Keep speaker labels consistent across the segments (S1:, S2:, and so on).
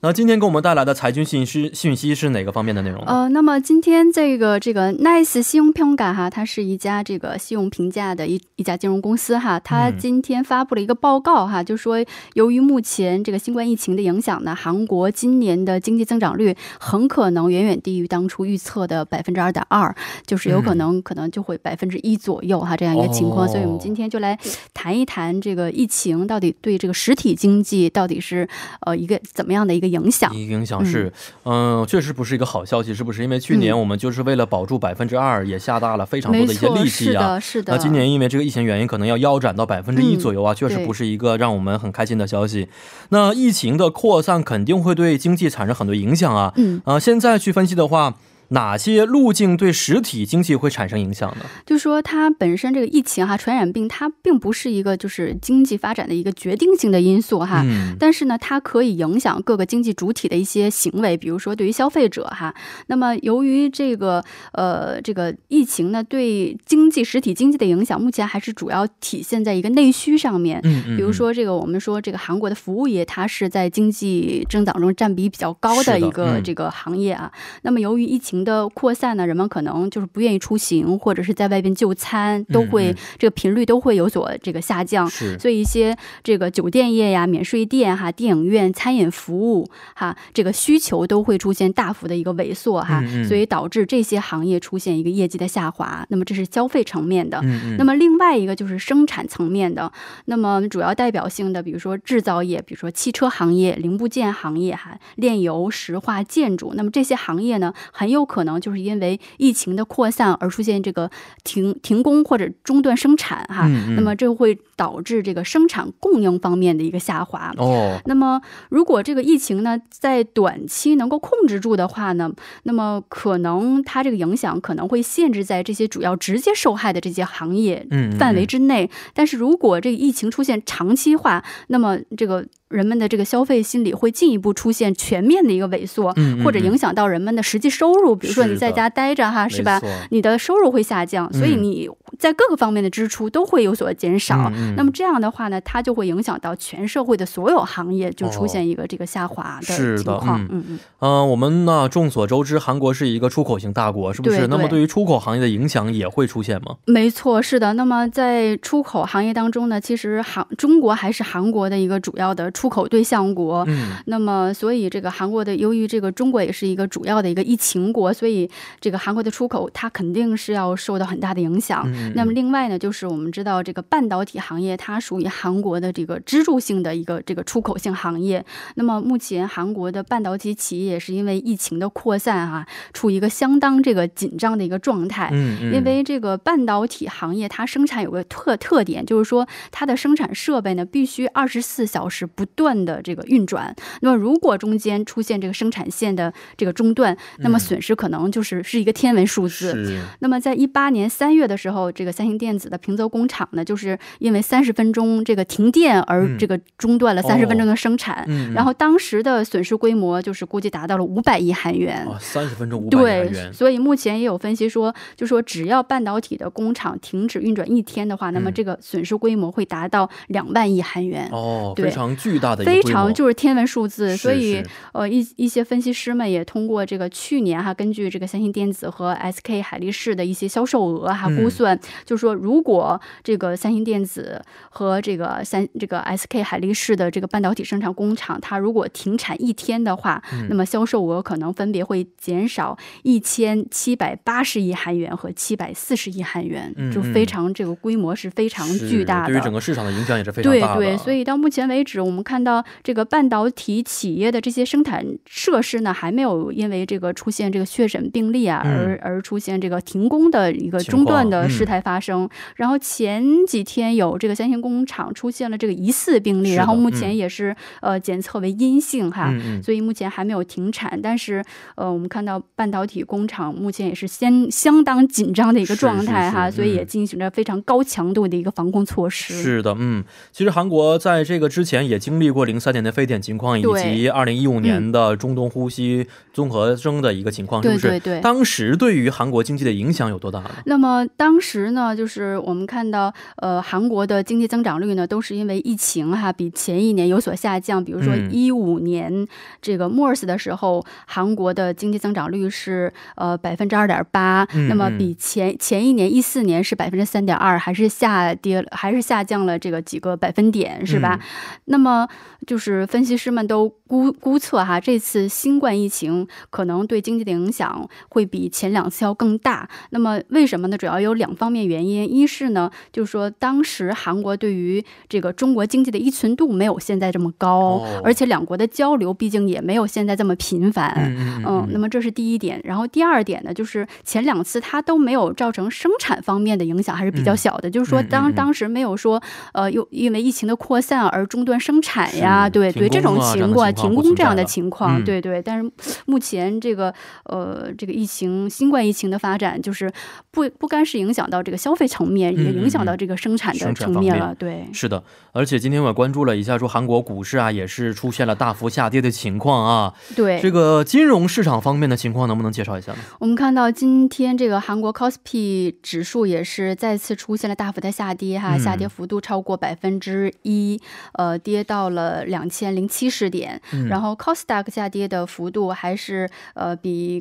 S1: 那今天给我们带来的财经信息讯息是哪个方面的内容呢？
S2: 呃，那么今天这个这个 Nice 信用评价哈，它是一家这个信用评价的一一家金融公司哈，它
S1: 嗯
S2: 今天发布了一个报告哈，就说由于目前这个新冠疫情的影响呢，韩国今年的经济增长率很可能远远低于当初预测的百分之二点二，就是有可
S1: 嗯
S2: 能、可能就会百分之一左右哈这样一个情况、
S1: 哦
S2: 所以我们今天就来谈一谈这个疫情到底对这个实体经济到底是呃一个怎么样的一个影响。
S1: 影响是，嗯、确实不是一个好消息，是不是？因为去
S2: 嗯
S1: 年我们就是为了保住百分之二，也下大了非常多
S2: 没
S1: 的一些
S2: 错，
S1: 力
S2: 是
S1: 气啊。
S2: 的，是的。
S1: 那今年因为这个疫情原因，可能要腰斩到百分之一
S2: 嗯
S1: 左右啊，确实
S2: 对
S1: 不是一个让我们很开心的消息。那疫情的扩散肯定会对经济产生很多影响啊。
S2: 嗯，
S1: 呃，现在去分析的话，哪些路径对实体经济会产生影响呢？
S2: 就说它本身这个疫情哈、传染病它并不是一个就是经济发展的一个决定性的因素哈。
S1: 嗯，
S2: 但是呢，它可以影响各个经济主体的一些行为，比如说对于消费者哈。那么由于这个呃这个疫情呢对经济实体经济的影响，目前还是主要体现在一个内需上面。
S1: 嗯嗯，
S2: 比如说，这个我们说这个韩国的服务业，它是在经济增长中占比比较高
S1: 是的
S2: 的一个
S1: 嗯
S2: 这个行业啊。那么由于疫情的扩散呢，人们可能就是不愿意出行，或者是在外边就餐，都
S1: 嗯
S2: 会
S1: 嗯
S2: 这个频率都会有所这个下降。
S1: 是
S2: 所以一些这个酒店业呀、免税店哈、电影院、餐饮服务哈，这个需求都会出现大幅的一个萎缩哈，
S1: 嗯嗯
S2: 所以导致这些行业出现一个业绩的下滑。那么这是消费层面的。
S1: 嗯嗯，
S2: 那么另外一个就是生产层面的，那么主要代表性的，比如说制造业，比如说汽车行业、零部件行业哈、炼油、石化、建筑，那么这些行业呢，很有可能就是因为疫情的扩散而出现这个停停工或者中断生产哈、
S1: 嗯嗯
S2: 那么这会导致这个生产供应方面的一个下滑。
S1: 哦，
S2: 那么，如果这个疫情呢在短期能够控制住的话呢，那么可能它这个影响可能会限制在这些主要直接受害的这些行业
S1: 嗯嗯
S2: 范围之内。但是如果这个疫情出现长期化，那么这个人们的这个消费心理会进一步出现全面的一个萎缩，
S1: 嗯嗯
S2: 或者影响到人们的实际收入。比如说
S1: 是
S2: 你在
S1: 的
S2: 家待着哈，
S1: 嗯没
S2: 是吧
S1: 错？
S2: 你的收入会下降，所以
S1: 嗯
S2: 你在各个方面的支出都会有所减少。
S1: 嗯嗯
S2: 那么这样的话呢，它就会影响到全社会的所有行业，就出现一个这个下滑
S1: 哦是的
S2: 情
S1: 嗯
S2: 况。嗯嗯，
S1: 嗯、我们呢，众所周知，韩国是一个出口型大国，是不是？
S2: 对
S1: 那么
S2: 对
S1: 对于出口行业的影响也会出现吗？
S2: 没错，是的。那么在出口行业当中呢，其实韩中国还是韩国的一个主要的出口对象国。
S1: 嗯，
S2: 那么，所以这个韩国的，由于这个中国也是一个主要的一个疫情国，所以这个韩国的出口它肯定是要受到很大的影响。
S1: 嗯
S2: 那么另外呢，就是我们知道这个半导体行业，它属于韩国的这个支柱性的一个这个出口性行业。那么目前韩国的半导体企业也是因为疫情的扩散啊，处于一个相当这个紧张的一个状态。
S1: 嗯嗯，
S2: 因为这个半导体行业，它生产有个特特点，就是说它的生产设备呢必须二十四小时不断的这个运转。那么如果中间出现这个生产线的这个中断，那么损失可能就是是一个天文数字。
S1: 嗯是
S2: 那么，在一八年三月的时候，这个三星电子的平泽工厂呢，就是因为三十分钟这个停电
S1: 嗯
S2: 而这个中断了三十分钟的生产、
S1: 嗯，
S2: 然后当时的损失规模就是估计达到了五百亿韩元。
S1: 啊，三十分钟五百
S2: 对
S1: 韩元，，
S2: 所以目前也有分析说，就说只要半导体的工厂停止运转一天的话，那么
S1: 嗯
S2: 这个损失规模会达到两万亿韩元，
S1: 哦，
S2: 对
S1: 非常巨大的一个
S2: 非
S1: 规模
S2: 常就是天文数字。
S1: 是
S2: 所以
S1: 是
S2: 呃，一一些分析师们也通过这个去年哈，根据这个三星电子和 SK 海力士的一些销售额哈
S1: 嗯
S2: 估算，就说如果这个三星电子和这个三这个 SK 海力士的这个半导体生产工厂，它如果停产一天的话，
S1: 嗯
S2: 那么销售额可能分别会减少一千七百八十亿韩元和七百四十亿韩元
S1: 嗯，
S2: 就
S1: 嗯
S2: 非常这个规模是非常巨
S1: 是
S2: 大的。
S1: 对于整个市场的影响也是非常
S2: 对
S1: 大的。
S2: 对，所
S1: 以
S2: 以到目前为止，我们看到这个半导体企业的这些生产设施呢，还没有因为这个出现这个确诊病例啊，而
S1: 嗯
S2: 而出现这个停工的一个中断的事态发生。然后前几天有这个三星工厂出现了这个疑似病例，
S1: 是的
S2: 然后目前也是、呃检测为阴性哈。
S1: 嗯嗯，
S2: 所以目前还没有停产，但是呃，我们看到半导体工厂目前也是相相当紧张的一个状态哈，
S1: 是是是
S2: 所以也
S1: 嗯
S2: 进行着非常高强度的一个防控措施。
S1: 是的，嗯，其实韩国在这个之前也经历过零三年的非典情况，以及
S2: 对嗯
S1: 二零一五年的中东呼吸综合征的一个情况，是
S2: 对
S1: 不是？
S2: 对对。
S1: 当时对于韩国经济的影响有多大呢？
S2: 那么当时呢，就是我们看到，呃，韩国的经济增长率呢，都是因为疫情哈，比前一年有所下降。比如说
S1: 嗯
S2: 一五年这个 MERS 的时候，韩国的经济增长率是呃百分之二点八
S1: 嗯，
S2: 那么比前前一年一四年是百分之三点二，还是下跌了，还是下降了这个几个百分点，是
S1: 嗯
S2: 吧？那么就是分析师们都估估测哈，这次新冠疫情可能对经济的影响会比前两次要更大。那么为什么呢？主要有两方面原因，一是呢，就是说当时韩国对于这个中国经济的依存度没有现在这么高，
S1: 哦
S2: 而且两国的交流毕竟也没有现在这么频繁。
S1: 嗯
S2: 嗯，那
S1: 么
S2: 么这是第一点，然后第二点呢，就是前两次它都没有造成生产方面的影响，还是比较小的。就是说
S1: 嗯嗯
S2: 当
S1: 嗯
S2: 当时没有说，呃，又因为疫情的扩散而中断生产呀，
S1: 是
S2: 对
S1: 停
S2: 对，这
S1: 工
S2: 种
S1: 啊这样
S2: 情
S1: 的情况
S2: 况停
S1: 不
S2: 工
S1: 存
S2: 这样
S1: 在
S2: 的
S1: 了
S2: 情况，
S1: 嗯
S2: 对对。但是目前这个呃这个疫情新冠疫情的发展，就是不不干是影响到这个消费层面，也
S1: 嗯嗯
S2: 影响
S1: 嗯
S2: 到这个生产的
S1: 生产
S2: 层
S1: 方
S2: 面
S1: 面
S2: 了，对。
S1: 是的，而且今天我也关注了一下，说韩国股市啊也是出现了大幅下跌的情况啊。
S2: 对，
S1: 这个金融市场方面的情况能不能介绍一下呢？
S2: 我们看到今天这个韩国 KOSPI 指数也是再次出现了大幅的下跌哈，
S1: 嗯
S2: 下跌幅度超过百分之一，呃，跌到了两千零七十点。
S1: 嗯
S2: 然后 KOSDAQ 下跌的幅度还是呃比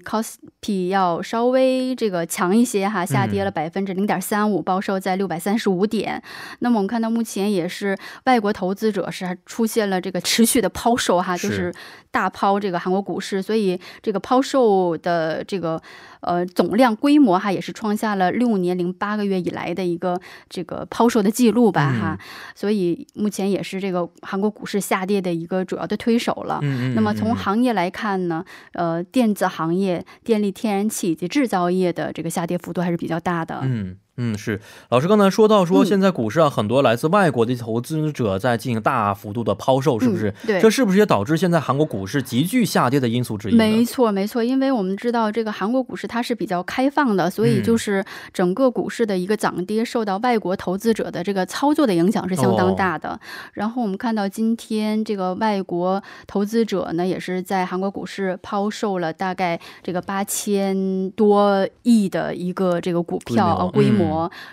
S2: KOSPI 要稍微这个强一些哈，下跌了百分之零点三五，报收在六百三十五点。那么我们看到目前也是外国投资者是出现了这个持续的抛售哈，
S1: 是
S2: 就是大抛这个韩国股市，所以这个抛售的这个呃总量规模哈也是创下了六年零八个月以来的一个这个抛售的记录吧哈，所以目前也是这个韩国股市下跌的一个主要的推手了。
S1: 嗯
S2: 那么
S1: 嗯
S2: 从
S1: 嗯
S2: 行业来看呢，呃，电子行业、电力、天然气以及制造业的这个下跌幅度还是比较大的。
S1: 嗯，嗯，是老师刚才说到说，
S2: 嗯
S1: 现在股市啊、很多来自外国的投资者在进行大幅度的抛售，是不是？
S2: 嗯对
S1: 这是不是也导致现在韩国股市急剧下跌的因素之一呢？
S2: 没错，没错，因为我们知道这个韩国股市它是比较开放的，所以
S1: 嗯
S2: 就是整个股市的一个涨跌受到外国投资者的这个操作的影响是相
S1: 哦
S2: 当大的。然后我们看到今天这个外国投资者呢，也是在韩国股市抛售了大概这个八千多亿的一个这个股票呃
S1: 规模嗯
S2: 规模。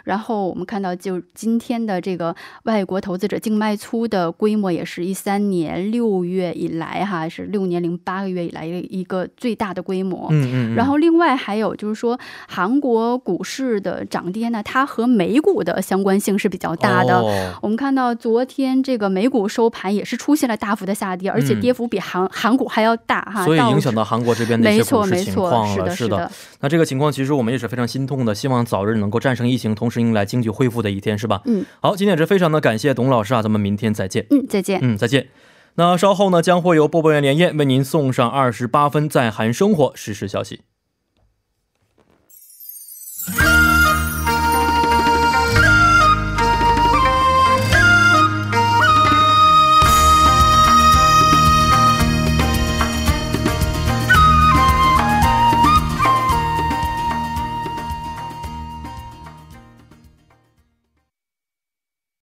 S2: 然后我们看到就今天的这个外国投资者净卖出的规模也是一三年六月以来哈，是六年零八个月以来的一个最大的规模。
S1: 嗯嗯嗯，
S2: 然后，另外还有就是说，韩国股市的涨跌呢，它和美股的相关性是比较大的。
S1: 哦、
S2: 我们看到昨天这个美股收盘也是出现了大幅的下跌，而且
S1: 嗯
S2: 跌幅比韩韩股还要大哈，
S1: 所以影响
S2: 指
S1: 到韩国这边的一
S2: 啊
S1: 些
S2: 没错
S1: 股
S2: 没
S1: 市情
S2: 错，
S1: 况
S2: 是
S1: 了。
S2: 的，是
S1: 的
S2: 的，
S1: 那这个情况其实我们也是非常心痛的，希望早日能够战胜疫情，同时迎来经济恢复的一天，是吧？
S2: 嗯，
S1: 好，今天也是非常的感谢董老师啊，咱们明天再见。
S2: 嗯，再见。
S1: 嗯，再见。那稍后呢，将会由播报员连夜为您送上二十八分在韩生活实时消息。